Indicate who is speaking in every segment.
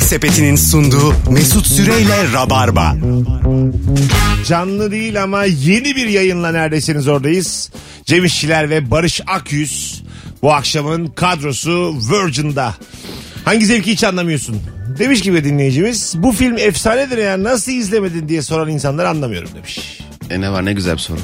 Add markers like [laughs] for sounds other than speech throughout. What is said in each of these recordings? Speaker 1: Sepeti'nin sunduğu Mesut Süreyle Rabarba.
Speaker 2: Canlı değil ama yeni bir yayınla neredesiniz oradayız. Cem İşçiler ve Barış Akyüz bu akşamın kadrosu Virgin'da. Hangi zevki hiç anlamıyorsun? Demiş gibi dinleyicimiz bu film efsanedir ya nasıl izlemedin diye soran insanlar anlamıyorum demiş.
Speaker 3: E ne var ne güzel bir soru.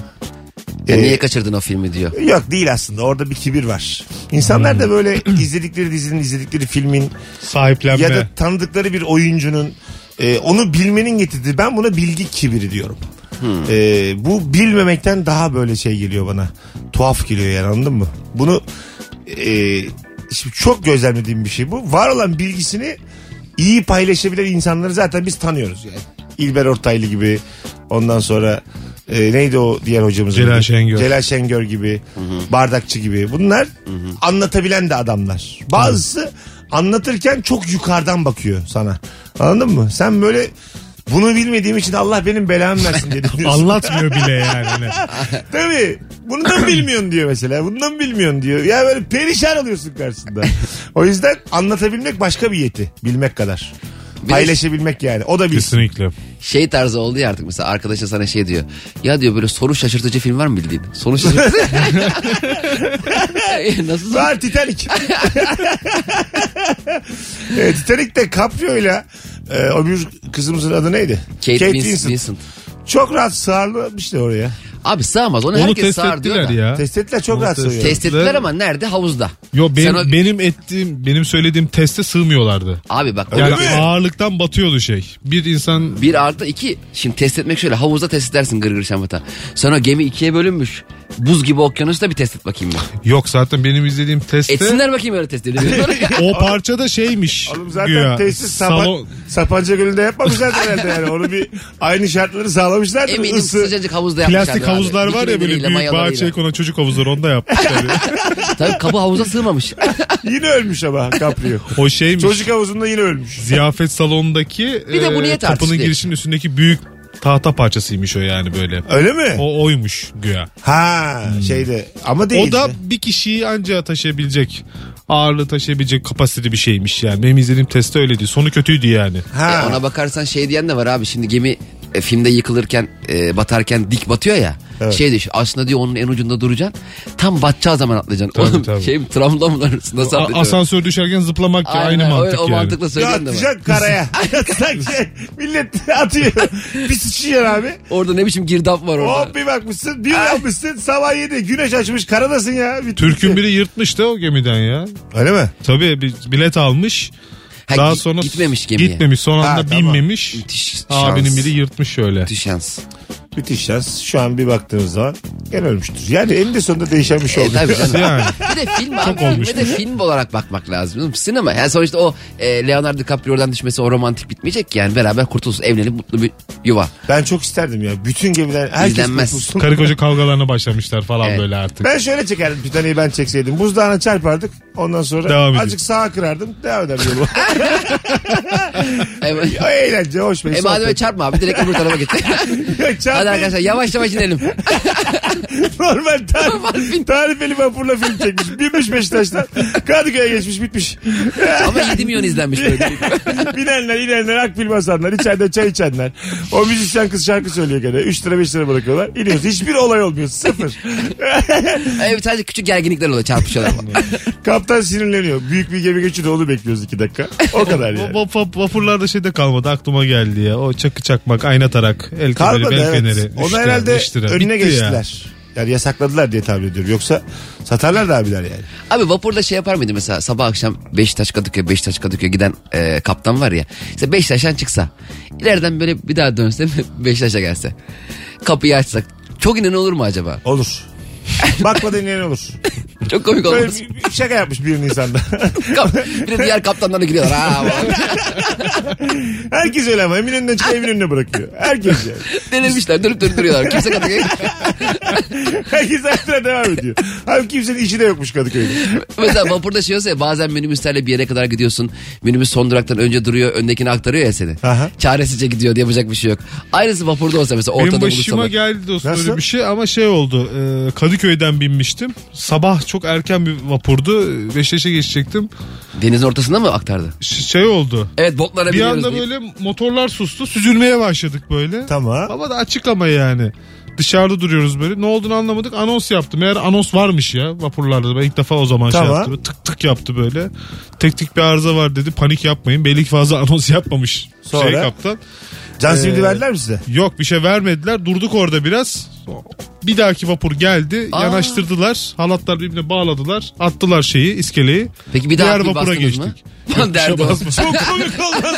Speaker 3: Ya
Speaker 2: Ee,
Speaker 3: niye kaçırdın o filmi diyor.
Speaker 2: Yok değil aslında orada bir kibir var. İnsanlar
Speaker 1: Hmm.
Speaker 2: da böyle [clears throat] izledikleri dizinin izledikleri filmin
Speaker 4: Sahiplenme.
Speaker 2: ya da tanıdıkları bir oyuncunun e, onu bilmenin getirdiği ben buna bilgi kibiri diyorum.
Speaker 4: Hmm.
Speaker 2: E, bu bilmemekten daha böyle şey geliyor bana. Tuhaf geliyor yani anladın mı? Bunu e, şimdi çok gözlemlediğim bir şey bu. Var olan bilgisini iyi paylaşabilen insanları zaten biz tanıyoruz yani. İlber Ortaylı gibi ondan sonra e, neydi o diğer hocamız?
Speaker 4: Celal Şengör.
Speaker 2: Celal Şengör gibi, bardakçı gibi. Bunlar anlatabilen de adamlar. Bazısı anlatırken çok yukarıdan bakıyor sana. Anladın mı? Sen böyle bunu bilmediğim için Allah benim belamı versin diye düşünüyorsun.
Speaker 4: Anlatmıyor
Speaker 2: [laughs]
Speaker 4: bile yani.
Speaker 2: Tabii. Bundan bilmiyorsun diyor mesela. Bundan bilmiyorsun diyor. Ya böyle perişan oluyorsun karşısında. o yüzden anlatabilmek başka bir yeti. Bilmek kadar.
Speaker 3: de-
Speaker 2: Paylaşabilmek yani. O da bilsin.
Speaker 4: Kesinlikle.
Speaker 3: Şey tarzı oldu ya artık mesela arkadaşın sana şey diyor. Ya diyor böyle soru şaşırtıcı film var mı bildiğin? Soru şaşırtıcı. E, [laughs] Nasıl soru?
Speaker 2: Var
Speaker 4: [laughs]
Speaker 2: Titanic. Ee, evet, Titanic'te Caprio'yla e, o bir kızımızın adı neydi?
Speaker 3: Kate, Wins- Vincent.
Speaker 2: Çok rahat sığarlamıştı oraya.
Speaker 3: Abi sığamaz onu,
Speaker 4: Onu
Speaker 3: herkes
Speaker 4: test
Speaker 3: sığar diyor
Speaker 4: ettiler
Speaker 3: da.
Speaker 4: ya.
Speaker 2: Test ettiler çok
Speaker 4: Onu
Speaker 2: rahat
Speaker 4: test-
Speaker 2: sığıyor.
Speaker 3: Test ettiler
Speaker 4: Ben-
Speaker 3: ama nerede? Havuzda.
Speaker 4: Yo benim,
Speaker 3: Sen o-
Speaker 4: benim ettiğim benim söylediğim teste sığmıyorlardı.
Speaker 3: Abi bak o-
Speaker 4: Yani
Speaker 2: mi?
Speaker 4: ağırlıktan batıyordu şey. Bir insan
Speaker 3: bir artı iki. Şimdi test etmek şöyle havuzda test edersin gırgır şamata. Sonra gemi ikiye bölünmüş. Buz gibi okyanusta bir test et bakayım ben.
Speaker 4: yok zaten benim izlediğim testte
Speaker 3: Etsinler bakayım öyle test
Speaker 4: [laughs]
Speaker 3: edildi.
Speaker 4: o parça da şeymiş.
Speaker 2: [laughs] Oğlum zaten
Speaker 4: güya.
Speaker 2: tesis Sapan-
Speaker 4: Salon-
Speaker 2: Sapanca Gölü'nde yapmamışlar herhalde yani. Onu bir aynı şartları sağlamışlardır.
Speaker 3: Eminim
Speaker 2: Isı-
Speaker 3: sıcacık havuzda yapmışlar.
Speaker 4: Plastik
Speaker 3: abi.
Speaker 4: havuzlar var ya böyle
Speaker 3: Bikinileriyle,
Speaker 4: büyük
Speaker 3: mayolarıyla.
Speaker 4: bahçeye konan çocuk havuzları onu da
Speaker 2: [laughs]
Speaker 4: yapmışlar. ya.
Speaker 3: Tabii kapı havuza
Speaker 4: [laughs]
Speaker 3: sığmamış.
Speaker 2: Yine ölmüş ama Caprio.
Speaker 4: o şeymiş.
Speaker 2: Çocuk havuzunda yine ölmüş.
Speaker 4: Ziyafet salonundaki e,
Speaker 3: Bir de bu niye
Speaker 4: kapının
Speaker 3: tartışılıyor?
Speaker 4: girişinin üstündeki büyük tahta parçasıymış o yani böyle.
Speaker 2: Öyle mi?
Speaker 4: O oymuş güya.
Speaker 2: Ha şeyde ama değil.
Speaker 4: O da bir kişiyi anca taşıyabilecek ağırlığı taşıyabilecek kapasiteli bir şeymiş yani. Benim izlediğim testte öyleydi. Sonu kötüydü yani.
Speaker 2: ha.
Speaker 3: E, ona bakarsan şey diyen de var abi şimdi gemi e, filmde yıkılırken e, batarken dik batıyor ya. Şey diyor aslında diyor onun en ucunda duracaksın. Tam batacağı zaman atlayacaksın.
Speaker 4: Tabii,
Speaker 3: Oğlum
Speaker 4: tabii.
Speaker 3: şey mi, travma mı lan? nasıl
Speaker 4: A-
Speaker 3: atlayacaksın?
Speaker 4: asansör düşerken zıplamak ya, aynı
Speaker 3: Aynen,
Speaker 4: mantık
Speaker 3: öyle, o
Speaker 4: yani.
Speaker 3: mantıkla
Speaker 2: Ya
Speaker 3: söyleyen de var.
Speaker 2: atacak
Speaker 3: [laughs]
Speaker 2: karaya. Sanki millet atıyor. bir sıçıyor abi.
Speaker 3: Orada ne biçim girdap var orada.
Speaker 2: Hop bir bakmışsın bir yapmışsın sabah yedi güneş açmış karadasın ya. Bir
Speaker 4: Türk'ün biri yırtmıştı o gemiden ya.
Speaker 2: Öyle mi?
Speaker 4: Tabii bir bilet almış.
Speaker 3: Ha,
Speaker 4: daha
Speaker 3: gi-
Speaker 4: sonra
Speaker 3: gitmemiş gemiye.
Speaker 4: Gitmemiş. Son
Speaker 2: Ha,
Speaker 4: anda
Speaker 2: tamam.
Speaker 4: binmemiş.
Speaker 3: Müthiş
Speaker 4: Abinin
Speaker 3: şans.
Speaker 4: biri yırtmış şöyle.
Speaker 3: Kötü şans.
Speaker 2: Müthiş şans. Şu an bir baktığınız zaman gene ölmüştür. Yani eninde sonunda değişen bir şey
Speaker 3: E,
Speaker 2: oldu.
Speaker 3: tabii canım.
Speaker 4: Yani.
Speaker 3: Bir de film abi,
Speaker 4: olmuş.
Speaker 3: filme de film olarak bakmak lazım. Oğlum Sinema. Yani sonuçta o e, Leonardo DiCaprio'dan düşmesi o romantik bitmeyecek ki yani. Beraber kurtulsun, evlenip mutlu bir yuva.
Speaker 2: [laughs] Ben çok isterdim ya. Bütün gemiler herkes
Speaker 3: İzlenmez.
Speaker 2: kurtulsun.
Speaker 4: Karı koca kavgalarına başlamışlar falan
Speaker 3: Evet.
Speaker 4: böyle artık.
Speaker 2: Ben şöyle çekerdim Titanic'i ben çekseydim. Buzdağına çarpardık. Ondan sonra
Speaker 4: Devam edin.
Speaker 2: azıcık sağa kırardım. Devam ederdim yolu. [laughs]
Speaker 3: [laughs] E,
Speaker 2: O eğlence hoş be.
Speaker 3: e madem
Speaker 2: [laughs]
Speaker 3: öyle çarpma abi direkt öbür tarafa [laughs] git. Hadi arkadaşlar yavaş yavaş inelim.
Speaker 2: Normal
Speaker 3: Normal.
Speaker 2: tarif, tarifeli vapurla film çekmiş. Binmiş Beşiktaş'tan.
Speaker 3: [laughs]
Speaker 2: Kadıköy'e geçmiş bitmiş.
Speaker 3: Ama 7 milyon izlenmiş [laughs] böyle.
Speaker 2: Binenler inenler akbil basanlar içeride çay içenler. O müzisyen kız şarkı söylüyor gene. 3 lira 5 lira bırakıyorlar. İniyorsun hiçbir olay olmuyor. Sıfır. [laughs]
Speaker 3: Evet sadece küçük gerginlikler oluyor çarpışıyorlar.
Speaker 2: Kaptan sinirleniyor. Büyük bir gemi geçiyor onu bekliyoruz 2 dakika. O kadar
Speaker 4: O
Speaker 2: yani.
Speaker 4: vap- vap- vapurlarda şey de kalmadı aklıma geldi ya. O çakı çakmak, ayna tarak, el
Speaker 2: Kalmadı
Speaker 4: kemeri, bel
Speaker 2: evet.
Speaker 4: feneri.
Speaker 2: Onu
Speaker 4: Üç lira,
Speaker 2: herhalde
Speaker 4: beş lira.
Speaker 2: önüne
Speaker 4: Bitti ya.
Speaker 2: geçtiler. Yani yasakladılar diye tahmin ediyorum. Yoksa satarlar da abiler yani.
Speaker 3: Abi vapurda şey yapar mıydı mesela sabah akşam Beşiktaş Kadıköy Beşiktaş Kadıköy giden e, kaptan var ya. İşte Beşiktaş'tan çıksa ileriden böyle bir daha dönse [laughs] Beşiktaş'a gelse. Kapıyı açsak çok inen olur mu acaba?
Speaker 2: Olur. Bakma deneyen olur.
Speaker 3: Çok komik
Speaker 2: Böyle
Speaker 3: olmaz.
Speaker 2: bir- bir şaka yapmış bir Nisan'da. [laughs]
Speaker 3: Kap- bir de diğer kaptanlarla gidiyorlar. Ha, vallahi.
Speaker 2: Herkes öyle ama Eminönü'nden çıkıyor Eminönü'ne bırakıyor. Herkes yani.
Speaker 3: Denemişler dönüp dönüp duruyorlar. Kimse Kadıköy.
Speaker 2: Herkes hayatına devam ediyor. Abi kimsenin işi de yokmuş Kadıköy'de.
Speaker 3: Mesela vapurda şey olsa ya bazen minibüslerle bir yere kadar gidiyorsun. Minibüs son duraktan önce duruyor öndekini aktarıyor ya seni.
Speaker 2: Aha.
Speaker 3: Çaresizce gidiyor diye yapacak bir şey yok. Aynısı vapurda olsa mesela
Speaker 4: Benim
Speaker 3: ortada
Speaker 4: başıma
Speaker 3: buluşsalar.
Speaker 4: geldi dostum
Speaker 2: Nasıl?
Speaker 4: öyle bir şey ama şey oldu. E, Kadıköy'den binmiştim. Sabah çok erken bir vapurdu. Beşiktaş'a geçecektim.
Speaker 3: Denizin ortasında mı aktardı?
Speaker 4: Ş- şey oldu.
Speaker 3: Evet botlara
Speaker 4: Bir
Speaker 3: biniyoruz.
Speaker 4: anda
Speaker 3: deyip-
Speaker 4: böyle motorlar sustu. Süzülmeye başladık böyle.
Speaker 2: Tamam.
Speaker 4: Baba da açıklama yani. Dışarıda duruyoruz böyle. Ne olduğunu anlamadık. Anons yaptım. Meğer anons varmış ya vapurlarda. Ben ilk defa o zaman şey
Speaker 2: Tamam.
Speaker 4: yaptım. Böyle Tık tık yaptı böyle. Tek tık bir arıza var dedi. Panik yapmayın. Belli ki fazla [laughs] anons yapmamış.
Speaker 2: Sonra?
Speaker 4: Şey kaptan.
Speaker 2: Can simidi
Speaker 4: Ee,
Speaker 2: verdiler mi size?
Speaker 4: Yok bir şey vermediler. Durduk orada biraz. Bir dahaki vapur geldi.
Speaker 3: Aa.
Speaker 4: Yanaştırdılar. Halatlar birbirine bağladılar. Attılar şeyi iskeleyi.
Speaker 3: Peki bir daha bir bastınız [laughs] mı? Lan derdi o.
Speaker 2: Çok komik olmaz.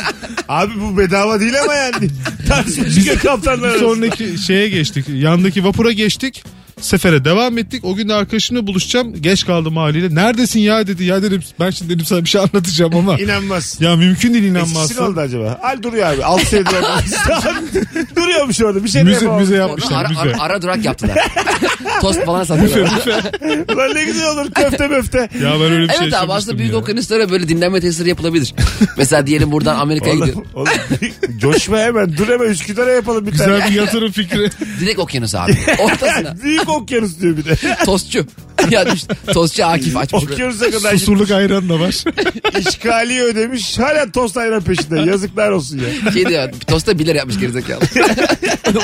Speaker 2: Abi bu bedava değil ama yani. Tartışmış ya kaptanlar.
Speaker 4: Bir
Speaker 2: arasında.
Speaker 4: sonraki şeye geçtik. Yandaki vapura geçtik. Sefere devam ettik. O gün de arkadaşımla buluşacağım. Geç kaldım haliyle. Neredesin ya dedi. Ya dedim ben şimdi dedim sana bir şey anlatacağım ama.
Speaker 2: İnanmaz.
Speaker 4: ya mümkün değil
Speaker 2: Eskisi ne
Speaker 4: inanmazsın.
Speaker 2: oldu acaba? Al duruyor abi. 6 senedir
Speaker 4: [laughs]
Speaker 2: orada. Duruyormuş orada. Bir şey de
Speaker 4: Müze,
Speaker 2: yapamam.
Speaker 4: müze
Speaker 3: Orada
Speaker 4: yapmışlar
Speaker 3: ara,
Speaker 4: müze.
Speaker 3: ara, ara durak
Speaker 4: [laughs]
Speaker 3: yaptılar. Tost falan satıyorlar.
Speaker 2: Lan ne güzel olur köfte möfte.
Speaker 4: Ya ben öyle bir şey
Speaker 3: evet abi aslında
Speaker 4: yaşamıştım
Speaker 3: büyük
Speaker 4: ya.
Speaker 3: okyanuslara böyle dinlenme tesisleri
Speaker 4: [laughs]
Speaker 3: yapılabilir. Mesela diyelim buradan Amerika'ya gidiyor.
Speaker 2: Oğlum, oğlum, coşma hemen. Dur hemen Üsküdar'a yapalım bir tane.
Speaker 4: Güzel bir yatırım fikri.
Speaker 3: Direkt okyanus abi.
Speaker 4: [laughs]
Speaker 3: Ortasına.
Speaker 2: Büyük okyanus diyor bir de.
Speaker 3: Tostçu. [laughs] ya düş, tostçu Akif açmış. böyle.
Speaker 2: Okyanusa kadar gitmiş.
Speaker 4: Susurluk ayran da var.
Speaker 2: işgali ödemiş. Hala tost ayran peşinde. Yazıklar olsun ya.
Speaker 3: Şey diyor, tosta 1 lira yapmış
Speaker 4: [laughs]
Speaker 3: gerizekalı.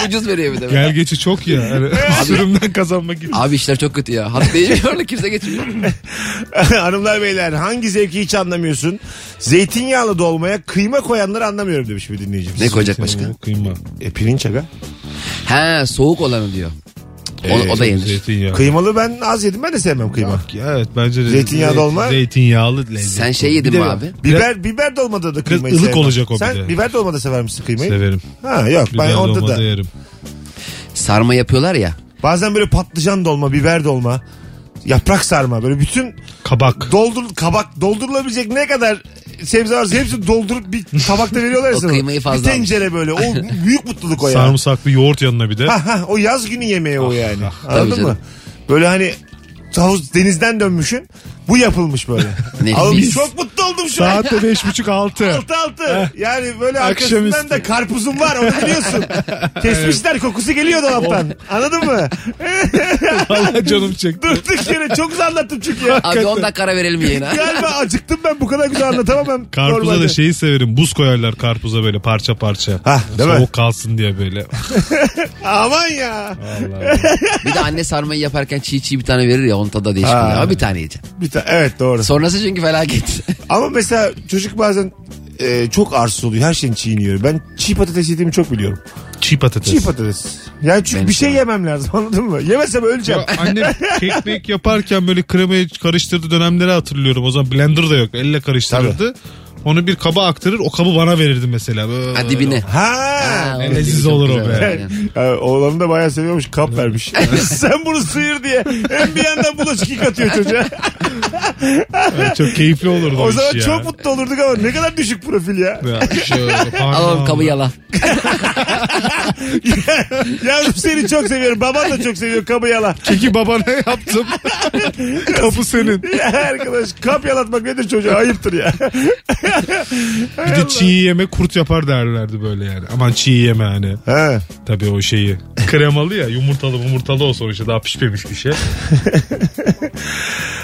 Speaker 3: Ucuz veriyor bir de.
Speaker 4: Gergeçi çok ya. Yani, sürümden kazanmak için.
Speaker 3: Abi işler çok kötü ya. Hat değişmiyor da kimse geçmiyor.
Speaker 2: [laughs] Hanımlar beyler hangi zevki hiç anlamıyorsun? Zeytinyağlı dolmaya kıyma koyanları anlamıyorum demiş bir dinleyicimiz.
Speaker 3: Ne koyacak başka?
Speaker 4: Kıyma.
Speaker 2: E, pirinç aga.
Speaker 3: He soğuk olanı diyor. O, o da
Speaker 4: Ee,
Speaker 3: yenir.
Speaker 4: Zeytinyağı.
Speaker 2: Kıymalı ben az yedim ben de sevmem kıyma.
Speaker 4: Bak ya, evet bence de
Speaker 2: Zeytinyağı
Speaker 4: zeytin-
Speaker 2: dolma.
Speaker 4: Zeytinyağlı lezzet.
Speaker 3: Sen şey yedin
Speaker 4: Bir
Speaker 3: mi
Speaker 4: de
Speaker 3: abi?
Speaker 2: Biber biber dolmada da kıymayı
Speaker 4: ılık
Speaker 2: sevmem.
Speaker 4: olacak o bir
Speaker 2: Sen
Speaker 4: de.
Speaker 2: biber dolmada sever misin kıymayı?
Speaker 4: Severim.
Speaker 2: Ha yok
Speaker 4: Biber
Speaker 2: ben onda
Speaker 4: dolma
Speaker 2: da.
Speaker 4: da yerim.
Speaker 3: Sarma yapıyorlar ya.
Speaker 2: Bazen böyle patlıcan dolma, biber dolma, yaprak sarma böyle bütün
Speaker 4: Kabak.
Speaker 2: doldur kabak doldurulabilecek ne kadar sebze varsa hepsini doldurup bir tabakta veriyorlar ya
Speaker 3: [laughs] O
Speaker 2: sana.
Speaker 3: kıymayı fazla
Speaker 2: Bir tencere böyle.
Speaker 3: [laughs]
Speaker 2: O büyük mutluluk o ya.
Speaker 4: Sarımsaklı yoğurt yanına bir de.
Speaker 2: Ha, ha, o yaz günü yemeği o yani.
Speaker 3: Ah, Tabii
Speaker 2: Anladın
Speaker 3: canım.
Speaker 2: mı? Böyle hani havuz denizden dönmüşün. Bu yapılmış
Speaker 3: [laughs]
Speaker 2: böyle. Abi
Speaker 3: Nefis.
Speaker 2: çok mutlu oldum şu an.
Speaker 4: Saat de beş
Speaker 3: [laughs]
Speaker 4: buçuk altı.
Speaker 2: Altı altı. Yani böyle arkasından
Speaker 4: Akşamüstü.
Speaker 2: da karpuzum var onu biliyorsun. Kesmişler kokusu geliyor dolaptan. Anladın mı?
Speaker 4: Vallahi canım çekti.
Speaker 2: Durduk yere çok güzel anlattım çünkü ya.
Speaker 3: Abi 10 dakika ara verelim yayına.
Speaker 2: Galiba acıktım ben bu kadar güzel anlatamam ben.
Speaker 4: Karpuza
Speaker 2: normalde.
Speaker 4: da şeyi severim. Buz koyarlar karpuza böyle parça parça.
Speaker 2: Hah, değil mi?
Speaker 4: Soğuk kalsın diye böyle.
Speaker 2: Aman ya.
Speaker 3: bir de anne sarmayı yaparken çiğ çiğ bir tane verir ya onun tadı da değişik
Speaker 2: Ha.
Speaker 3: oluyor. Ama bir tane yiyeceksin.
Speaker 2: Bir ta- evet doğru.
Speaker 3: Sonrası çünkü felaket.
Speaker 2: Ama mesela çocuk bazen e, çok arsız oluyor. Her şeyini çiğniyor. Ben çiğ patates yediğimi çok biliyorum.
Speaker 4: Çiğ patates.
Speaker 2: Çiğ patates. Yani çünkü
Speaker 3: Benim
Speaker 2: bir şey
Speaker 3: sana.
Speaker 2: yemem lazım [laughs] anladın mı? Yemesem öleceğim.
Speaker 4: Ya annem kekmek yaparken böyle kremayı karıştırdığı dönemleri hatırlıyorum. O zaman blender da yok. Elle karıştırırdı. Onu bir kaba aktarır. O kabı bana verirdi mesela. Böyle.
Speaker 3: ha
Speaker 4: [laughs]
Speaker 3: dibine.
Speaker 2: [laughs] Ha.
Speaker 4: Ne leziz olur o be.
Speaker 3: Aynen.
Speaker 2: Ha, Oğlanı da bayağı seviyormuş. Kap vermiş. [laughs] Sen bunu sıyır diye. Hem bir yandan bulaşık yıkatıyor çocuğa.
Speaker 4: Yani çok keyifli olurdu
Speaker 2: O
Speaker 4: iş
Speaker 2: zaman
Speaker 4: ya.
Speaker 2: çok mutlu olurduk ama ne kadar düşük profil ya.
Speaker 4: Ya şöyle
Speaker 3: Alalım kabı yala.
Speaker 2: Yavrum seni çok seviyorum. Baban da çok seviyor kabı yala.
Speaker 4: Keki babana yaptım. Kapı senin.
Speaker 2: [laughs] Ya arkadaş kap yalatmak nedir çocuğa? Ayıptır ya.
Speaker 4: Bir de çiğ yeme kurt yapar derlerdi böyle yani. Aman çiğ yeme hani.
Speaker 2: Ha.
Speaker 4: Tabii o şeyi. Kremalı ya yumurtalı yumurtalı o sonuçta daha pişmemiş bir şey.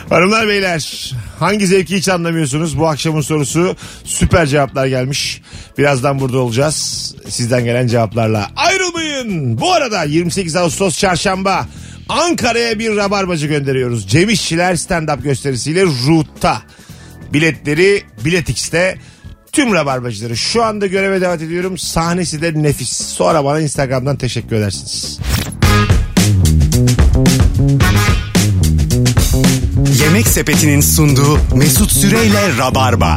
Speaker 2: Hanımlar beyler hangi zevki hiç anlamıyorsunuz? Bu akşamın sorusu süper cevaplar gelmiş. Birazdan burada olacağız. Sizden gelen cevaplarla ayrılmayın. Bu arada 28 Ağustos çarşamba Ankara'ya bir rabarbacı gönderiyoruz. Cem İşçiler stand-up gösterisiyle Ruta. Biletleri Bilet X'te. Tüm rabarbacıları şu anda göreve davet ediyorum. Sahnesi de nefis. Sonra bana Instagram'dan teşekkür edersiniz.
Speaker 1: Yemek Sepeti'nin sunduğu Mesut Süreyle Rabarba.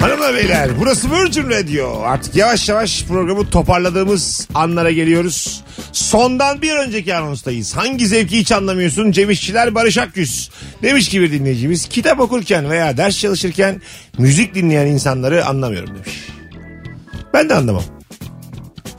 Speaker 2: Hanımlar beyler burası Virgin Radio. Artık yavaş yavaş programı toparladığımız anlara geliyoruz. Sondan bir önceki anonstayız. Hangi zevki hiç anlamıyorsun? Cem İşçiler Barış Akgüz. Demiş ki bir dinleyicimiz kitap okurken veya ders çalışırken müzik dinleyen insanları anlamıyorum demiş. Ben de anlamam.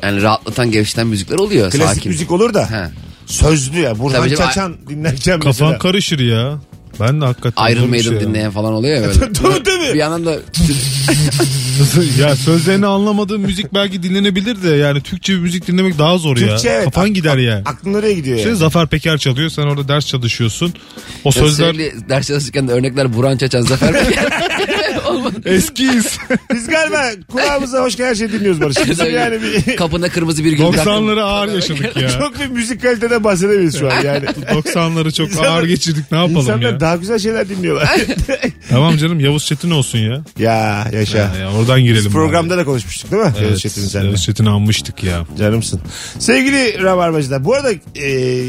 Speaker 3: Yani rahatlatan gevşeten müzikler oluyor.
Speaker 2: Klasik
Speaker 3: sakin.
Speaker 2: müzik olur da
Speaker 3: Ha.
Speaker 2: sözlü ya. Burhan
Speaker 3: Tabii canım,
Speaker 2: Çaçan dinlerken
Speaker 4: Kafan
Speaker 2: mesela.
Speaker 4: karışır ya. Ben de hakikaten.
Speaker 3: Iron
Speaker 4: zor bir
Speaker 3: Maiden
Speaker 4: şey ya.
Speaker 3: dinleyen falan oluyor
Speaker 2: [laughs]
Speaker 3: ya böyle.
Speaker 2: Tabii
Speaker 3: bir
Speaker 2: tabii.
Speaker 3: yandan da
Speaker 2: [laughs]
Speaker 4: [laughs] ya sözlerini anlamadığım müzik belki dinlenebilir de yani Türkçe bir müzik dinlemek daha zor ya. Şey,
Speaker 2: Türkçe evet.
Speaker 4: Kafan
Speaker 2: Ak-
Speaker 4: gider yani.
Speaker 2: Aklın nereye gidiyor
Speaker 4: Şimdi
Speaker 2: yani?
Speaker 4: Zafer Peker çalıyor sen orada ders çalışıyorsun. O
Speaker 3: sözler...
Speaker 4: sözler [laughs]
Speaker 3: sürekli ders çalışırken de örnekler Burhan Çaçan, Zafer
Speaker 2: [laughs]
Speaker 3: Peker. Olmadı.
Speaker 4: eskiyiz.
Speaker 2: Biz galiba kulağımıza hoş gelen her şeyi dinliyoruz Barış. Bizim yani
Speaker 3: [laughs]
Speaker 2: bir,
Speaker 3: Kapına kırmızı bir gül bıraktım.
Speaker 4: 90'ları ağır
Speaker 2: [laughs]
Speaker 4: yaşadık ya.
Speaker 2: çok bir müzik kalitede bahsedemeyiz şu an yani.
Speaker 4: 90'ları çok
Speaker 2: İnsanlar-
Speaker 4: ağır geçirdik ne yapalım
Speaker 2: İnsanlar
Speaker 4: ya.
Speaker 2: daha güzel şeyler dinliyorlar.
Speaker 4: Tamam canım Yavuz Çetin olsun ya.
Speaker 2: [laughs] ya yaşa.
Speaker 4: Ya, ya oradan girelim.
Speaker 2: Biz
Speaker 4: bari.
Speaker 2: programda da konuşmuştuk değil mi?
Speaker 4: Evet,
Speaker 2: Yavuz Çetin'i seninle.
Speaker 4: Yavuz Çetin'i anmıştık ya.
Speaker 2: Canımsın. Sevgili Rabarbacılar bu arada e,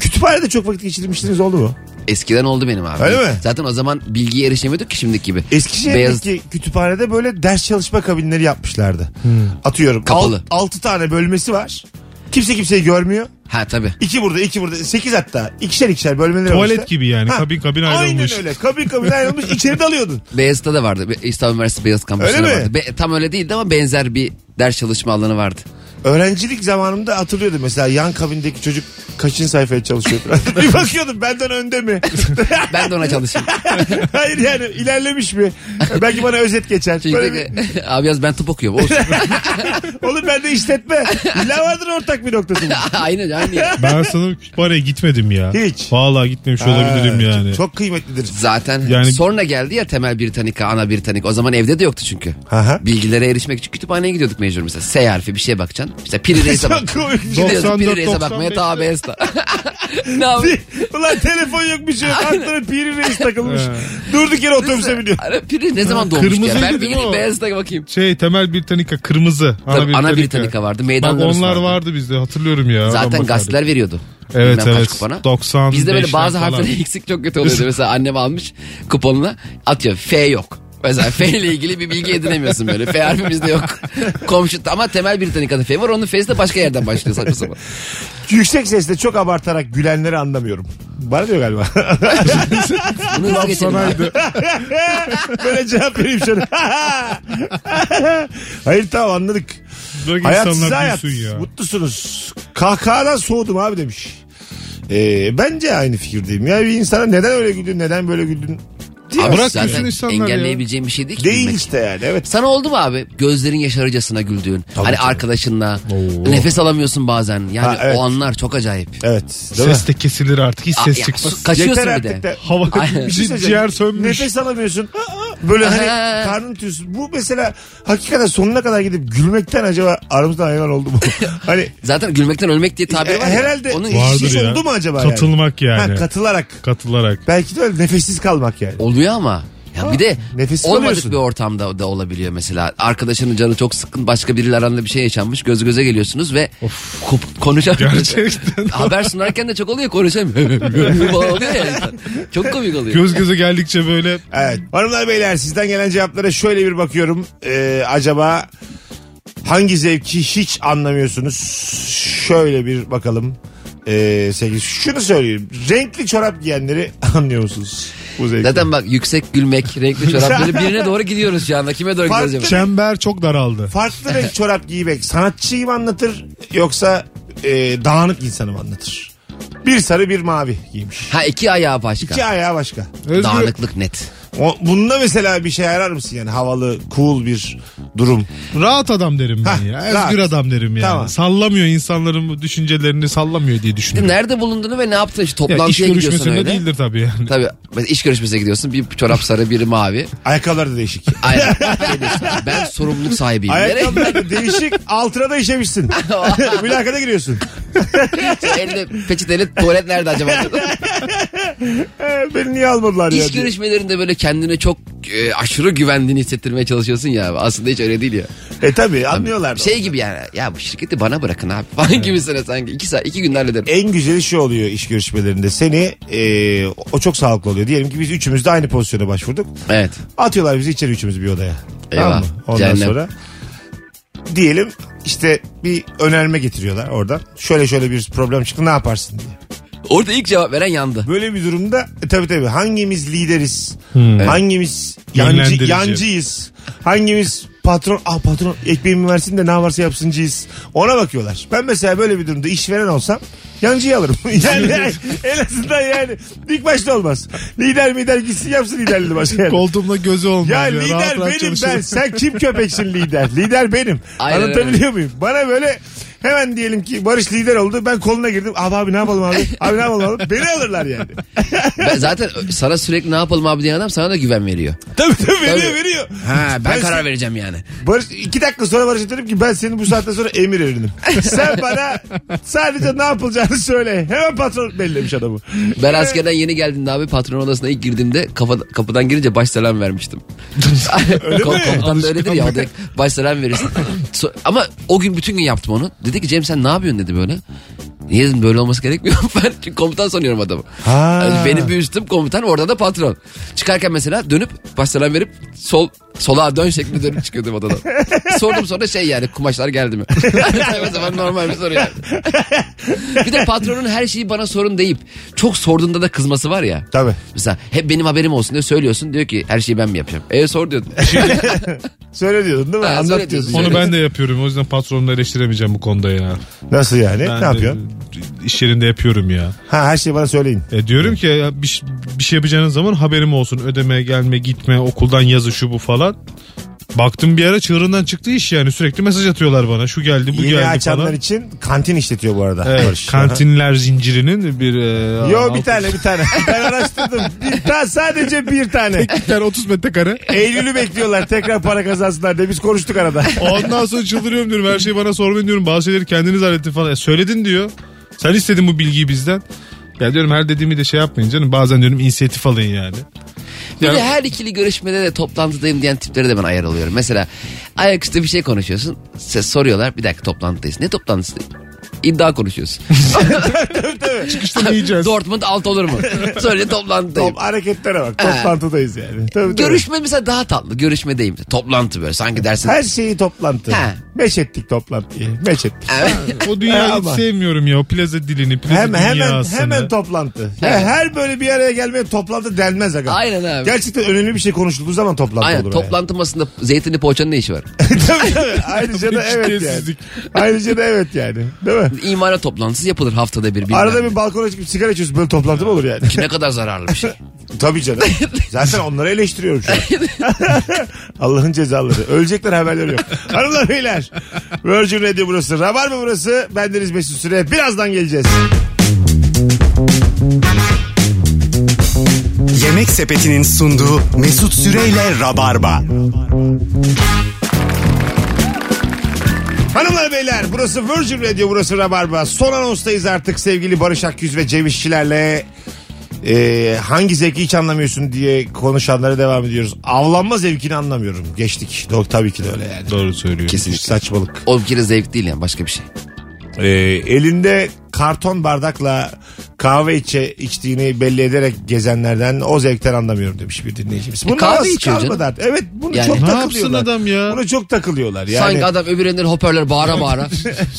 Speaker 2: kütüphanede çok vakit geçirmiştiniz oldu mu?
Speaker 3: Eskiden oldu benim abi.
Speaker 2: Öyle mi?
Speaker 3: Zaten o zaman bilgiye erişemiyorduk ki şimdiki gibi. Beyaz-
Speaker 2: Eskişehir'deki kütüphanede böyle ders çalışma kabinleri yapmışlardı.
Speaker 4: Hmm.
Speaker 2: Atıyorum.
Speaker 3: Kapalı.
Speaker 2: 6 tane bölmesi var. Kimse kimseyi görmüyor.
Speaker 3: Ha tabii.
Speaker 2: İki burada, iki burada. Sekiz hatta. İkişer ikişer bölmeleri
Speaker 4: Tuvalet
Speaker 2: olmuşlar.
Speaker 4: gibi yani. Kabin kabin ayrılmış.
Speaker 2: Aynen öyle. Kabin kabin ayrılmış. İçeri dalıyordun.
Speaker 3: Beyazıt'ta da vardı. Be- İstanbul Üniversitesi Beyazıt Kampüsü'nde
Speaker 2: Öyle mi?
Speaker 3: vardı. Be- tam öyle değildi ama benzer bir ders çalışma alanı vardı.
Speaker 2: Öğrencilik zamanımda hatırlıyordum mesela yan kabindeki çocuk kaçıncı sayfaya çalışıyordu. [laughs] bir bakıyordum benden önde mi? [laughs]
Speaker 3: Ben de ona çalışayım.
Speaker 4: [laughs]
Speaker 2: Hayır yani ilerlemiş mi? Belki bana özet geçer. Böyle bir-
Speaker 3: Çünkü [laughs] abi yaz ben tıp okuyorum. Olsun. [laughs]
Speaker 2: Oğlum bende işletme. İlla vardır ortak bir noktası. bunun.
Speaker 3: aynı aynı.
Speaker 4: Ben sana kütüphaneye gitmedim ya.
Speaker 2: Hiç.
Speaker 4: Vallahi gitmemiş [laughs] olabilirim
Speaker 2: Ha,
Speaker 4: yani.
Speaker 2: Çok kıymetlidir.
Speaker 3: Zaten
Speaker 4: Yani-
Speaker 3: sonra geldi ya temel Britanika, ana Britanika. O zaman evde de yoktu çünkü.
Speaker 2: Aha.
Speaker 3: Bilgilere erişmek için kütüphaneye gidiyorduk mecbur mesela. S harfi bir şeye bakacaksın. İşte Piri
Speaker 4: [laughs]
Speaker 3: Reis'e bak.
Speaker 2: Çok komik.
Speaker 3: Gidiyorduk
Speaker 4: 94,
Speaker 3: Piri Reis'e bakmaya
Speaker 4: 95'te.
Speaker 3: ta
Speaker 4: [laughs]
Speaker 3: Beyazıt'a. [laughs] ne yapayım?
Speaker 2: [laughs] Ulan telefon yok bir şey yok. Aklına piri reis takılmış.
Speaker 4: Ha.
Speaker 2: Durduk yere otobüse biniyor.
Speaker 3: Ara Piri ne zaman doğmuş
Speaker 4: kırmızıydı
Speaker 3: ya? Ben bir
Speaker 4: değil mi
Speaker 3: gidip
Speaker 4: o?
Speaker 3: Beyazıt'a bakayım.
Speaker 4: Şey temel Britanika kırmızı.
Speaker 3: Tabii, ana Britanika vardı,
Speaker 4: Bak
Speaker 3: meydanlar
Speaker 4: onlar
Speaker 3: vardı.
Speaker 4: vardı. bizde hatırlıyorum ya.
Speaker 3: Zaten
Speaker 4: Adam
Speaker 3: gazeteler veriyordu.
Speaker 4: Evet,
Speaker 3: Bilmem kaç
Speaker 4: evet.
Speaker 3: kupona.
Speaker 4: 95
Speaker 3: Bizde böyle bazı
Speaker 4: falan.
Speaker 3: harfler [laughs] eksik çok kötü oluyordu. Mesela annem almış kuponuna atıyor F yok. Mesela F ile ilgili bir bilgi edinemiyorsun böyle. F harfi bizde yok. [laughs] Komşu ama temel Britanika'da F var. Onun F'si de başka yerden başlıyor saçma sapan.
Speaker 2: Yüksek sesle çok abartarak gülenleri anlamıyorum. Bana diyor galiba.
Speaker 3: Bunu hızlı geçelim. abi.
Speaker 2: [laughs] Böyle cevap vereyim şöyle. [laughs] Hayır tamam anladık.
Speaker 4: Bırak
Speaker 2: Hayat
Speaker 4: insanlar
Speaker 2: size hayat.
Speaker 4: büyüsün ya.
Speaker 2: Mutlusunuz. Kahkahadan soğudum abi demiş. Ee, bence aynı fikirdeyim. Ya bir insana neden öyle güldün neden böyle güldün diye.
Speaker 3: Abi
Speaker 4: Bırak
Speaker 3: zaten
Speaker 4: gülsün insanlar ya.
Speaker 3: engelleyebileceğim bir şey değil ki.
Speaker 2: Değil
Speaker 3: gülmek.
Speaker 2: işte yani evet.
Speaker 3: Sana oldu mu abi gözlerin yaşarıcasına güldüğün? hani arkadaşınla nefes alamıyorsun bazen. Yani
Speaker 2: Ha, evet.
Speaker 3: o anlar çok acayip.
Speaker 2: Evet. Değil mi?
Speaker 4: Ses de kesilir artık hiç
Speaker 3: Aa,
Speaker 4: ses
Speaker 3: ya,
Speaker 4: çıkmaz.
Speaker 3: su- kaçıyorsun
Speaker 2: Yeter
Speaker 3: bir de.
Speaker 2: artık de.
Speaker 4: Hava [laughs]
Speaker 3: Aynen.
Speaker 2: Bir şey
Speaker 4: ci-
Speaker 2: söyleyeceğim.
Speaker 4: ciğer sönmüş.
Speaker 2: Nefes alamıyorsun. Aa, Böyle
Speaker 3: [laughs]
Speaker 2: hani
Speaker 3: Aha.
Speaker 2: karnın tüyüsün. Bu mesela hakikaten sonuna kadar gidip gülmekten acaba aramızda hayvan oldu
Speaker 3: [laughs]
Speaker 2: mu? hani
Speaker 3: Zaten gülmekten ölmek diye tabir
Speaker 2: E,
Speaker 3: var ya.
Speaker 2: herhalde
Speaker 3: Onun
Speaker 2: Var.
Speaker 3: hiç
Speaker 2: hiç
Speaker 4: Vardır ya.
Speaker 2: oldu mu acaba yani?
Speaker 4: Katılmak yani.
Speaker 2: ha, katılarak.
Speaker 4: Katılarak.
Speaker 2: Belki de öyle nefessiz kalmak yani.
Speaker 3: oluyor ama. Ya bir de
Speaker 2: nefes
Speaker 3: olmadık
Speaker 2: alıyorsun.
Speaker 3: bir ortamda da olabiliyor mesela. Arkadaşının canı çok sıkkın başka biriyle aranda bir şey yaşanmış. Göz göze geliyorsunuz ve kop- konuşamıyorsunuz.
Speaker 4: Gerçekten.
Speaker 3: [laughs] Haber sunarken de çok oluyor konuşamıyor. [laughs] Falan oluyor ya insan. Çok komik oluyor.
Speaker 4: Göz göze geldikçe böyle
Speaker 2: Evet. Hanımlar beyler sizden gelen cevaplara şöyle bir bakıyorum. Ee, acaba hangi zevki hiç anlamıyorsunuz? Şöyle bir bakalım. Ee, sevgili şunu söyleyeyim. Renkli çorap giyenleri [laughs] anlıyor musunuz? Bu zevki.
Speaker 3: Zaten bak yüksek gülmek, renkli
Speaker 2: [laughs]
Speaker 3: çorap böyle birine doğru gidiyoruz şu anda. Kime doğru
Speaker 2: Farklı-
Speaker 3: gidiyoruz acaba?
Speaker 4: çember çok daraldı.
Speaker 2: Farklı renk çorap giymek sanatçıyı mı anlatır yoksa e, dağınık insanı mı anlatır? Bir sarı bir mavi giymiş.
Speaker 3: Ha iki ayağı başka.
Speaker 2: İki ayağı başka.
Speaker 4: Özgür,
Speaker 3: Dağınıklık net.
Speaker 2: O, bunda mesela bir şey arar mısın yani havalı, cool bir durum.
Speaker 4: Rahat adam derim ben
Speaker 2: Hah,
Speaker 4: ya.
Speaker 2: rahat.
Speaker 4: Özgür adam derim yani.
Speaker 2: Tamam.
Speaker 4: Sallamıyor insanların bu düşüncelerini sallamıyor diye düşünüyorum.
Speaker 3: Nerede bulunduğunu ve ne yaptığını işte
Speaker 4: Ya iş
Speaker 3: toplantıya gidiyorsun
Speaker 4: görüşmesinde
Speaker 3: öyle.
Speaker 4: değildir tabii yani.
Speaker 3: Tabii mesela iş görüşmesine gidiyorsun. Bir çorap sarı, biri mavi.
Speaker 2: Ayakkabılar da
Speaker 3: [laughs]
Speaker 2: değişik.
Speaker 3: Aynen. Şey diyorsun, ben sorumluluk sahibiyim. Nereye-
Speaker 2: Ayakkabılar da değişik altına da
Speaker 3: [laughs]
Speaker 2: işemişsin. [laughs] Mülakata giriyorsun.
Speaker 3: Elde peçeteli tuvalet nerede acaba? [laughs]
Speaker 2: Ee, beni niye almadılar ya?
Speaker 3: İş
Speaker 2: diye.
Speaker 3: görüşmelerinde böyle kendine çok e, aşırı güvendiğini hissettirmeye çalışıyorsun ya. Aslında hiç öyle değil ya.
Speaker 2: E tabi anlıyorlar. da.
Speaker 3: Şey gibi yani. Ya bu şirketi bana bırakın abi. Falan gibisine sanki. İki, saat, iki günde hallederim.
Speaker 2: En güzeli şu oluyor iş görüşmelerinde. Seni e, o çok sağlıklı oluyor. Diyelim ki biz üçümüz de aynı pozisyona başvurduk.
Speaker 3: Evet.
Speaker 2: Atıyorlar bizi içeri üçümüz bir odaya.
Speaker 3: Eyvah.
Speaker 2: Tamam mı? Ondan
Speaker 3: Cehennem.
Speaker 2: sonra diyelim işte bir önerme getiriyorlar oradan. Şöyle şöyle bir problem çıktı ne yaparsın diye.
Speaker 3: Orada ilk cevap veren yandı.
Speaker 2: Böyle bir durumda e, tabii tabii
Speaker 4: Hmm.
Speaker 2: hangimiz lideriz? Hangimiz
Speaker 4: Yönlendirici.
Speaker 2: yancı, yancıyız? Hangimiz patron ah patron ekmeğimi versin de ne varsa yapsıncıyız. Ona bakıyorlar. Ben mesela böyle bir durumda işveren olsam yancıyı alırım. [laughs] yani en azından yani ilk başta olmaz. Lider lider gitsin yapsın liderliğini başka yerde.
Speaker 4: Koltuğumda gözü olmaz.
Speaker 2: Ya
Speaker 4: Ya,
Speaker 2: lider
Speaker 4: Rahat rahat
Speaker 2: benim
Speaker 4: çalışırım.
Speaker 2: ben. Sen kim köpeksin lider? Lider benim.
Speaker 3: Aynen
Speaker 2: Anlatabiliyor muyum? Bana böyle hemen diyelim ki Barış lider oldu. Ben koluna girdim. Abi abi ne yapalım abi? Abi ne yapalım abi? Beni alırlar yani.
Speaker 3: Ben zaten sana sürekli ne yapalım abi diyen adam sana da güven veriyor.
Speaker 2: tabii tabii veriyor
Speaker 3: Tabii.
Speaker 2: veriyor.
Speaker 3: Ha ben,
Speaker 2: Ben
Speaker 3: karar
Speaker 2: sen-
Speaker 3: vereceğim yani.
Speaker 2: Barış iki dakika sonra Barış'a dedim ki ben senin bu saatten sonra emir [laughs] erinim. Sen bana sadece ne yapılacağını söyle. Hemen patron belirlemiş adamı.
Speaker 3: Ben askerden yeni geldiğimde abi patron odasına ilk girdiğimde kafa, kapıdan girince baş
Speaker 2: [laughs]
Speaker 3: selam vermiştim. öyle
Speaker 2: mi?
Speaker 3: Komutan da öyledir ya o da baş selam verirsin. So- Ama o gün bütün gün yaptım onu. Dedi ki Cem sen ne yapıyorsun dedi böyle. Niye dedim böyle olması gerekmiyor [laughs] mu? Ben çünkü komutan sanıyorum adamı.
Speaker 2: Ha.
Speaker 3: Yani benim bir üstüm komutan orada da patron. Çıkarken mesela dönüp baş selam verip sol sola dön şeklinde dönüp
Speaker 2: [laughs]
Speaker 3: çıkıyordum odadan. Sordum sonra şey yani kumaşlar geldi mi? [laughs] o zaman normal bir soru yani. Bir de patronun her şeyi bana sorun deyip çok sorduğunda da kızması var ya.
Speaker 2: Tabii.
Speaker 3: Mesela hep benim haberim olsun diye söylüyorsun. Diyor ki her şeyi ben mi yapacağım? E
Speaker 2: [laughs]
Speaker 3: sor diyordun.
Speaker 2: Söyle diyordun değil mi?
Speaker 3: Ha,
Speaker 2: Anlat
Speaker 3: söyle
Speaker 2: diyordun.
Speaker 3: diyorsun.
Speaker 4: Onu ben de yapıyorum. O yüzden patronumu eleştiremeyeceğim bu konuda ya.
Speaker 2: Nasıl yani?
Speaker 4: Ben
Speaker 2: ne
Speaker 4: de
Speaker 2: yapıyorsun?
Speaker 4: İş yerinde yapıyorum ya.
Speaker 2: Ha her şeyi bana söyleyin.
Speaker 4: E diyorum ki ya bir, ş- bir şey yapacağınız zaman haberim olsun. Ödeme, gelme, gitme, okuldan yazı şu bu falan. Baktım bir ara çığırından çıktı iş yani. Sürekli mesaj atıyorlar bana. Şu geldi, bu
Speaker 2: Yeni
Speaker 4: geldi
Speaker 2: açanlar
Speaker 4: falan.
Speaker 2: için kantin işletiyor bu arada.
Speaker 4: Evet,
Speaker 2: Barış.
Speaker 4: kantinler zincirinin bir... E,
Speaker 2: Yo
Speaker 4: alt-
Speaker 2: bir tane bir tane. [laughs] Ben araştırdım. Bir ta sadece bir tane.
Speaker 4: Bir [laughs] tane 30 metrekare.
Speaker 2: Eylül'ü bekliyorlar tekrar para kazansınlar diye biz konuştuk arada.
Speaker 4: Ondan sonra çıldırıyorum diyorum. Her şeyi bana sormayın diyorum. Bazı şeyleri kendiniz hallettin falan. E, söyledin diyor. Sen istedin bu bilgiyi bizden. Ya diyorum her dediğimi de şey yapmayın canım. Bazen diyorum inisiyatif alın yani.
Speaker 3: Bir de
Speaker 4: Ya-
Speaker 3: her ikili görüşmede de toplantıdayım diyen tipleri de ben ayar alıyorum. Mesela ayaküstü bir şey konuşuyorsun. Size soruyorlar bir dakika toplantıdayız. Ne toplantısı?
Speaker 2: [laughs]
Speaker 3: İddia konuşuyorsun.
Speaker 4: Çıkışta
Speaker 3: [laughs]
Speaker 4: ne yiyeceğiz?
Speaker 3: Dortmund alt
Speaker 2: [laughs]
Speaker 3: olur mu? Söyle toplantıdayım.
Speaker 2: Top, hareketlere bak. Toplantıdayız yani. Tabii, tabii.
Speaker 3: Görüşme mesela daha tatlı. Görüşmedeyim. Toplantı böyle sanki dersin.
Speaker 2: Her şeyi toplantı.
Speaker 3: Ha.
Speaker 2: Meç ettik toplantıyı. Meç ettik.
Speaker 4: O dünyayı hiç
Speaker 2: Ama-
Speaker 4: sevmiyorum ya. O plaza dilini, plaza
Speaker 2: Hem, hemen
Speaker 4: dünyasını.
Speaker 2: hemen toplantı. Ya
Speaker 3: Evet.
Speaker 2: her böyle bir araya gelmeye toplantı denmez aga.
Speaker 3: Aynen abi.
Speaker 2: Gerçekten önemli bir şey konuşulduğu zaman toplantı
Speaker 3: Aynen
Speaker 2: olur.
Speaker 3: toplantı masasında zeytinli poğaçanın ne işi var?
Speaker 2: yani. [laughs] tabii tabii. Ayrıca
Speaker 3: [laughs]
Speaker 2: da evet yani.
Speaker 4: Ciddiyetsizlik.
Speaker 2: Ayrıca da evet yani. Değil mi?
Speaker 3: İmarat toplantısı yapılır haftada bir. bilmem
Speaker 2: Arada
Speaker 3: ne.
Speaker 2: bir balkona çıkıp sigara içiyoruz böyle toplantı mı olur
Speaker 3: [laughs]
Speaker 2: yani?
Speaker 3: Ki ne kadar zararlı bir şey.
Speaker 2: Tabii canım. Zaten onları eleştiriyorum
Speaker 3: [laughs]
Speaker 2: şu an. Allah'ın cezaları. Ölecekler haberleri yok. Hanımlar beyler. Virgin Radio burası. Rabar mı burası? Bendeniz Mesut Süre. Birazdan geleceğiz.
Speaker 1: Yemek Sepeti'nin sunduğu Mesut Süreyle Rabarba.
Speaker 2: Hanımlar beyler burası Virgin Radio burası Rabarba. Son anonstayız artık sevgili Barış Akyüz ve Cem İşçilerle. Ee, hangi zevki hiç anlamıyorsun diye konuşanlara devam ediyoruz. Avlanma zevkini anlamıyorum. Geçtik. Doğru, tabii ki de öyle yani.
Speaker 4: Doğru söylüyor.
Speaker 3: Kesinlikle.
Speaker 2: Saçmalık.
Speaker 3: [laughs] O bir kere zevk değil yani başka bir şey.
Speaker 2: Ee, elinde karton bardakla kahve içe, içtiğini belli ederek gezenlerden o zevkten anlamıyorum demiş bir dinleyicimiz. Bunu
Speaker 3: E, kahve
Speaker 2: nasıl
Speaker 3: içiyor canım.
Speaker 2: kalmadı artık? Evet bunu
Speaker 3: Yani-
Speaker 2: çok
Speaker 4: Ne yapsın
Speaker 2: takılıyorlar.
Speaker 4: adam ya?
Speaker 2: Bunu çok takılıyorlar. Yani
Speaker 3: Sanki adam öbür elinden hoparlör bağıra bağıra.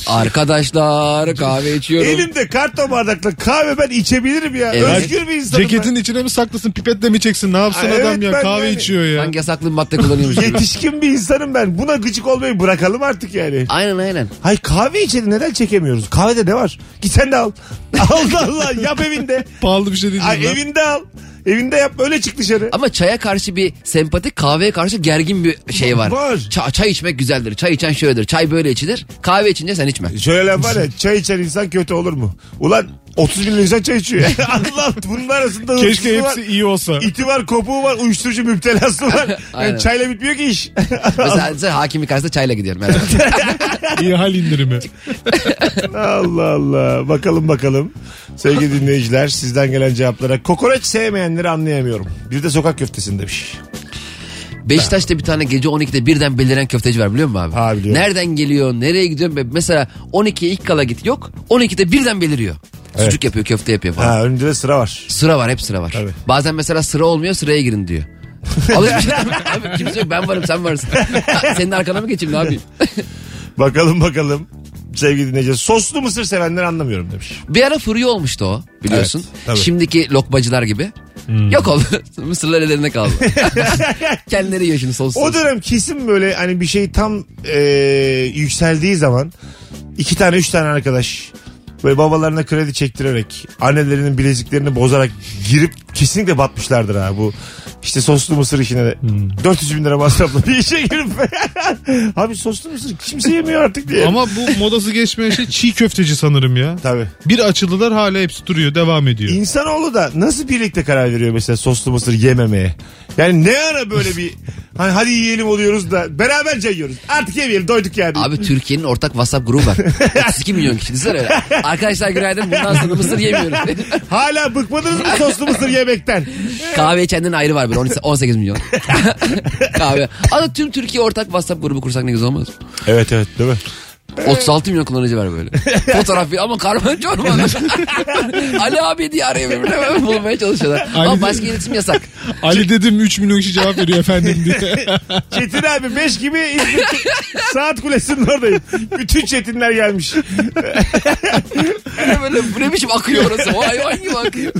Speaker 3: Arkadaşlar kahve içiyorum.
Speaker 2: elimde karton bardakla kahve ben içebilirim ya.
Speaker 3: Evet.
Speaker 2: Özgür bir insanım
Speaker 4: Ceketin içine mi saklasın pipetle mi çeksin ne yapsın
Speaker 2: Ay,
Speaker 4: adam
Speaker 2: evet,
Speaker 4: ya
Speaker 2: ben
Speaker 4: kahve
Speaker 2: yani-
Speaker 4: içiyor ya.
Speaker 3: Sanki yasaklı bir madde kullanıyormuş
Speaker 2: ben.
Speaker 3: gibi.
Speaker 2: Yetişkin bir insanım ben. Buna gıcık olmayı bırakalım artık yani.
Speaker 3: Aynen aynen.
Speaker 2: Hay kahve içelim neden çekemiyoruz? Kahvede ne var? Git sen de al. [laughs] Allah Allah yap
Speaker 4: [laughs]
Speaker 2: evinde.
Speaker 4: Pahalı bir şey değil.
Speaker 2: Ay,
Speaker 4: lan.
Speaker 2: evinde al. Evinde yap öyle çık dışarı.
Speaker 3: Ama çaya karşı bir sempatik kahveye karşı gergin bir şey var.
Speaker 2: Var.
Speaker 3: Ça- çay içmek güzeldir. Çay içen şöyledir. Çay böyle içilir. Kahve içince sen içme.
Speaker 2: Şöyle laf var ya çay içen insan kötü olur mu? Ulan 30 bin insan çay içiyor. [laughs] Allah bunun arasında
Speaker 4: Keşke
Speaker 2: hırsızı
Speaker 4: hepsi iyi olsa.
Speaker 2: var. iti var, kopuğu var, uyuşturucu müptelası
Speaker 4: [laughs]
Speaker 2: var.
Speaker 3: Aynen.
Speaker 2: Yani çayla bitmiyor ki iş.
Speaker 3: Mesela sen hakimin karşısında çayla gidiyorum. Yani.
Speaker 4: İyi hal indirimi.
Speaker 2: Allah Allah. Bakalım bakalım. Sevgili dinleyiciler sizden gelen cevaplara. Kokoreç sevmeyenleri anlayamıyorum. Bir de sokak köftesinde bir şey.
Speaker 3: Beşiktaş'ta bir tane gece 12'de birden beliren köfteci var biliyor musun abi?
Speaker 2: Ha, biliyorum.
Speaker 3: Nereden geliyor, nereye gidiyor? Be- Mesela 12'ye ilk kala git yok. 12'de birden beliriyor. Sucuk yapıyor, köfte yapıyor falan.
Speaker 2: Ha, önünde de sıra var.
Speaker 3: Sıra var hep sıra var.
Speaker 2: Tabii.
Speaker 3: Bazen mesela sıra olmuyor sıraya
Speaker 2: [laughs]
Speaker 3: girin diyor. Alışmış [laughs] adam. Abi kimse yok ben varım sen varsın. Senin arkana mı geçeyim ne yapayım?
Speaker 2: Bakalım bakalım. sevgili dinleyiciler. Soslu mısır sevenleri anlamıyorum demiş.
Speaker 3: Bir ara furya olmuştu o biliyorsun.
Speaker 2: Evet, tabii. Hmm.
Speaker 3: Şimdiki lokmacılar gibi. Yok oldu. [laughs] Mısırlar
Speaker 2: [laughs]
Speaker 3: ellerinde kaldı. Kendileri yiyor şimdi sonsuz.
Speaker 2: O dönem kesin böyle hani bir şey tam e, yükseldiği zaman iki tane üç tane arkadaş böyle babalarına kredi çektirerek annelerinin bileziklerini bozarak girip kesinlikle batmışlardır ha bu işte soslu mısır işine de 400 bin lira masrafla bir işe girip [laughs] abi soslu mısır kimse yemiyor artık diye.
Speaker 4: Ama bu modası geçmeyen şey çiğ köfteci sanırım ya.
Speaker 2: Tabii.
Speaker 4: Bir açıldılar hala hepsi duruyor devam ediyor.
Speaker 2: İnsanoğlu da nasıl birlikte karar veriyor mesela soslu mısır yememeye? Yani ne ara böyle bir hani hadi yiyelim oluyoruz da beraberce yiyoruz. Artık yemeyelim doyduk yani.
Speaker 3: Abi Türkiye'nin ortak WhatsApp
Speaker 2: [laughs]
Speaker 3: grubu var. 32 milyon kişi. Düşünsene öyle. Arkadaşlar günaydın bundan sonra mısır yemiyoruz.
Speaker 2: [laughs] Hala bıkmadınız mı soslu mısır yemekten?
Speaker 3: Kahve içenden ayrı var böyle 18
Speaker 2: [laughs]
Speaker 3: 18 milyon. [laughs] Kahve. Ama tüm Türkiye ortak WhatsApp grubu kursak ne güzel olmaz. mı?
Speaker 2: Evet evet değil mi?
Speaker 3: 36 milyon kullanıcı var böyle. Fotoğraf ama karman çorman. Ali abi diye arayıp birbirine bulmaya çalışıyorlar.
Speaker 4: Ali-
Speaker 3: Ama başka iletişim yasak.
Speaker 4: Ali dedim 3 milyon kişi cevap veriyor efendim diye.
Speaker 2: Çetin abi 5 gibi İzmir saat kulesinin oradayım. Bütün Çetinler gelmiş.
Speaker 3: Böyle Hani böyle bu ne biçim akıyor orası. Vay vay gibi akıyor.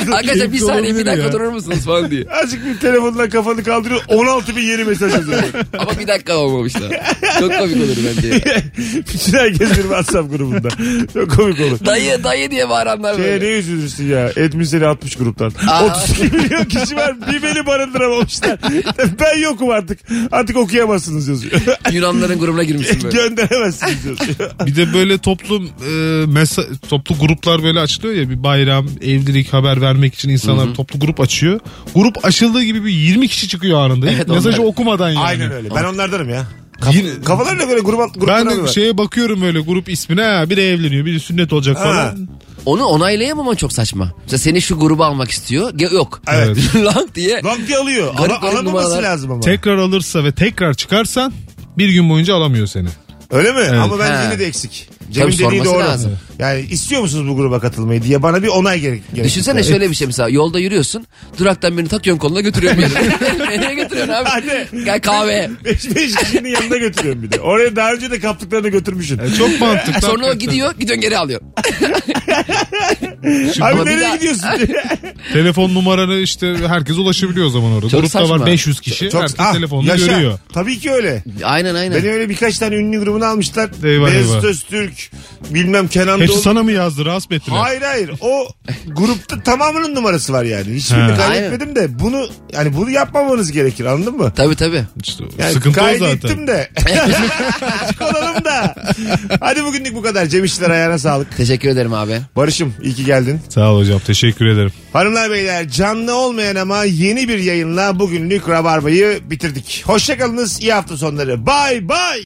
Speaker 3: Arkadaşlar bir
Speaker 4: Keyifli
Speaker 3: saniye bir
Speaker 4: olabilir
Speaker 3: dakika
Speaker 4: ya.
Speaker 3: durur musunuz falan diye.
Speaker 2: Azıcık bir telefonla kafanı kaldırıyor. 16 bin yeni mesaj yazıyor.
Speaker 3: Ama bir dakika olmamışlar. Çok komik olur bence. ya.
Speaker 2: Bütün herkes bir WhatsApp grubunda. Çok komik olur.
Speaker 3: Dayı dayı diye bağıranlar
Speaker 2: Şeye
Speaker 3: böyle.
Speaker 2: ne üzülürsün ya. Etmiş seni 60 gruptan.
Speaker 3: Aa.
Speaker 2: 32 milyon kişi var. Bir beni barındıramamışlar. Ben yokum artık. Artık okuyamazsınız yazıyor.
Speaker 3: Yunanların grubuna girmişsin böyle.
Speaker 2: Gönderemezsiniz yazıyor.
Speaker 4: Bir de böyle toplum e, mesa- toplu gruplar böyle açılıyor ya bir bayram, evlilik haber vermek için insanlar toplu grup açıyor. Grup açıldığı gibi bir 20 kişi çıkıyor anında.
Speaker 3: Evet,
Speaker 4: Mesajı
Speaker 3: onlar-
Speaker 4: okumadan yani.
Speaker 2: Aynen öyle. Ben onlardanım ya.
Speaker 4: Yine-
Speaker 2: Kafalarına böyle grup, gruplara
Speaker 4: ben de şeye bakıyorum öyle grup ismine ha, biri evleniyor biri sünnet olacak
Speaker 2: Ha.
Speaker 4: falan.
Speaker 3: Onu onaylayamaman çok saçma. Mesela seni şu gruba almak istiyor. Ge- yok.
Speaker 2: Evet.
Speaker 3: [laughs] Lan diye.
Speaker 2: Lan diye alıyor.
Speaker 3: Garip
Speaker 2: Ala-
Speaker 3: garip
Speaker 2: alamaması
Speaker 3: numaralar.
Speaker 2: lazım ama.
Speaker 4: Tekrar alırsa ve tekrar çıkarsan bir gün boyunca alamıyor seni.
Speaker 2: Öyle mi? Ama bence
Speaker 3: He.
Speaker 2: yine de eksik. Cem'in dediği
Speaker 3: sorması
Speaker 2: doğru.
Speaker 3: lazım.
Speaker 2: Yani istiyor musunuz bu gruba katılmayı diye bana bir onay gerek. gerek.
Speaker 3: Düşünsene şöyle bir şey mesela yolda yürüyorsun duraktan birini takıyorsun koluna götürüyorsun bir yere. Nereye götürüyorsun abi?
Speaker 2: Anne.
Speaker 3: Gel kahve.
Speaker 2: [laughs] Beş, beş kişinin yanına götürüyorum bir de. Oraya daha önce de kaptıklarını götürmüşsün.
Speaker 4: Çok
Speaker 2: [laughs]
Speaker 4: mantıklı.
Speaker 3: Sonra o
Speaker 4: hakikaten.
Speaker 3: gidiyor gidiyorsun geri alıyor.
Speaker 2: Abi
Speaker 3: Ama bir
Speaker 2: nereye
Speaker 3: daha-
Speaker 2: gidiyorsun?
Speaker 4: [laughs] Telefon numaranı işte herkes ulaşabiliyor o zaman orada.
Speaker 3: Çok
Speaker 4: Grupta
Speaker 3: saçma.
Speaker 4: var 500 kişi. herkes
Speaker 2: Ah,
Speaker 4: telefonunu
Speaker 2: yaşa.
Speaker 4: görüyor.
Speaker 2: Tabii ki öyle.
Speaker 3: Aynen aynen.
Speaker 2: Beni öyle birkaç tane ünlü grubuna almışlar.
Speaker 4: Eyvah,
Speaker 2: Beyaz
Speaker 4: eyvah.
Speaker 2: Öztürk, bilmem Kenan
Speaker 4: Hepsi
Speaker 2: Doğulu.
Speaker 4: sana mı yazdı rahatsız mı ettiler?
Speaker 2: Hayır hayır. O grupta tamamının numarası var yani. Hiçbirini
Speaker 4: Ha.
Speaker 2: kaybetmedim de bunu yani bunu yapmamanız gerekir anladın mı?
Speaker 3: Tabii tabii.
Speaker 4: İşte
Speaker 2: Yani
Speaker 4: sıkıntı o zaten.
Speaker 2: kaydettim
Speaker 4: [laughs]
Speaker 2: de. Açık olalım da. Hadi bugünlük bu kadar. Cem İşçiler ayağına sağlık.
Speaker 3: Teşekkür ederim abi.
Speaker 2: Barış'ım iyi ki geldin.
Speaker 4: Sağ ol hocam teşekkür ederim.
Speaker 2: Hanımlar beyler canlı olmayan ama yeni bir yayınla bugünlük Rabarba'yı bitirdik. Hoşçakalınız. iyi hafta sonları. Bay bay.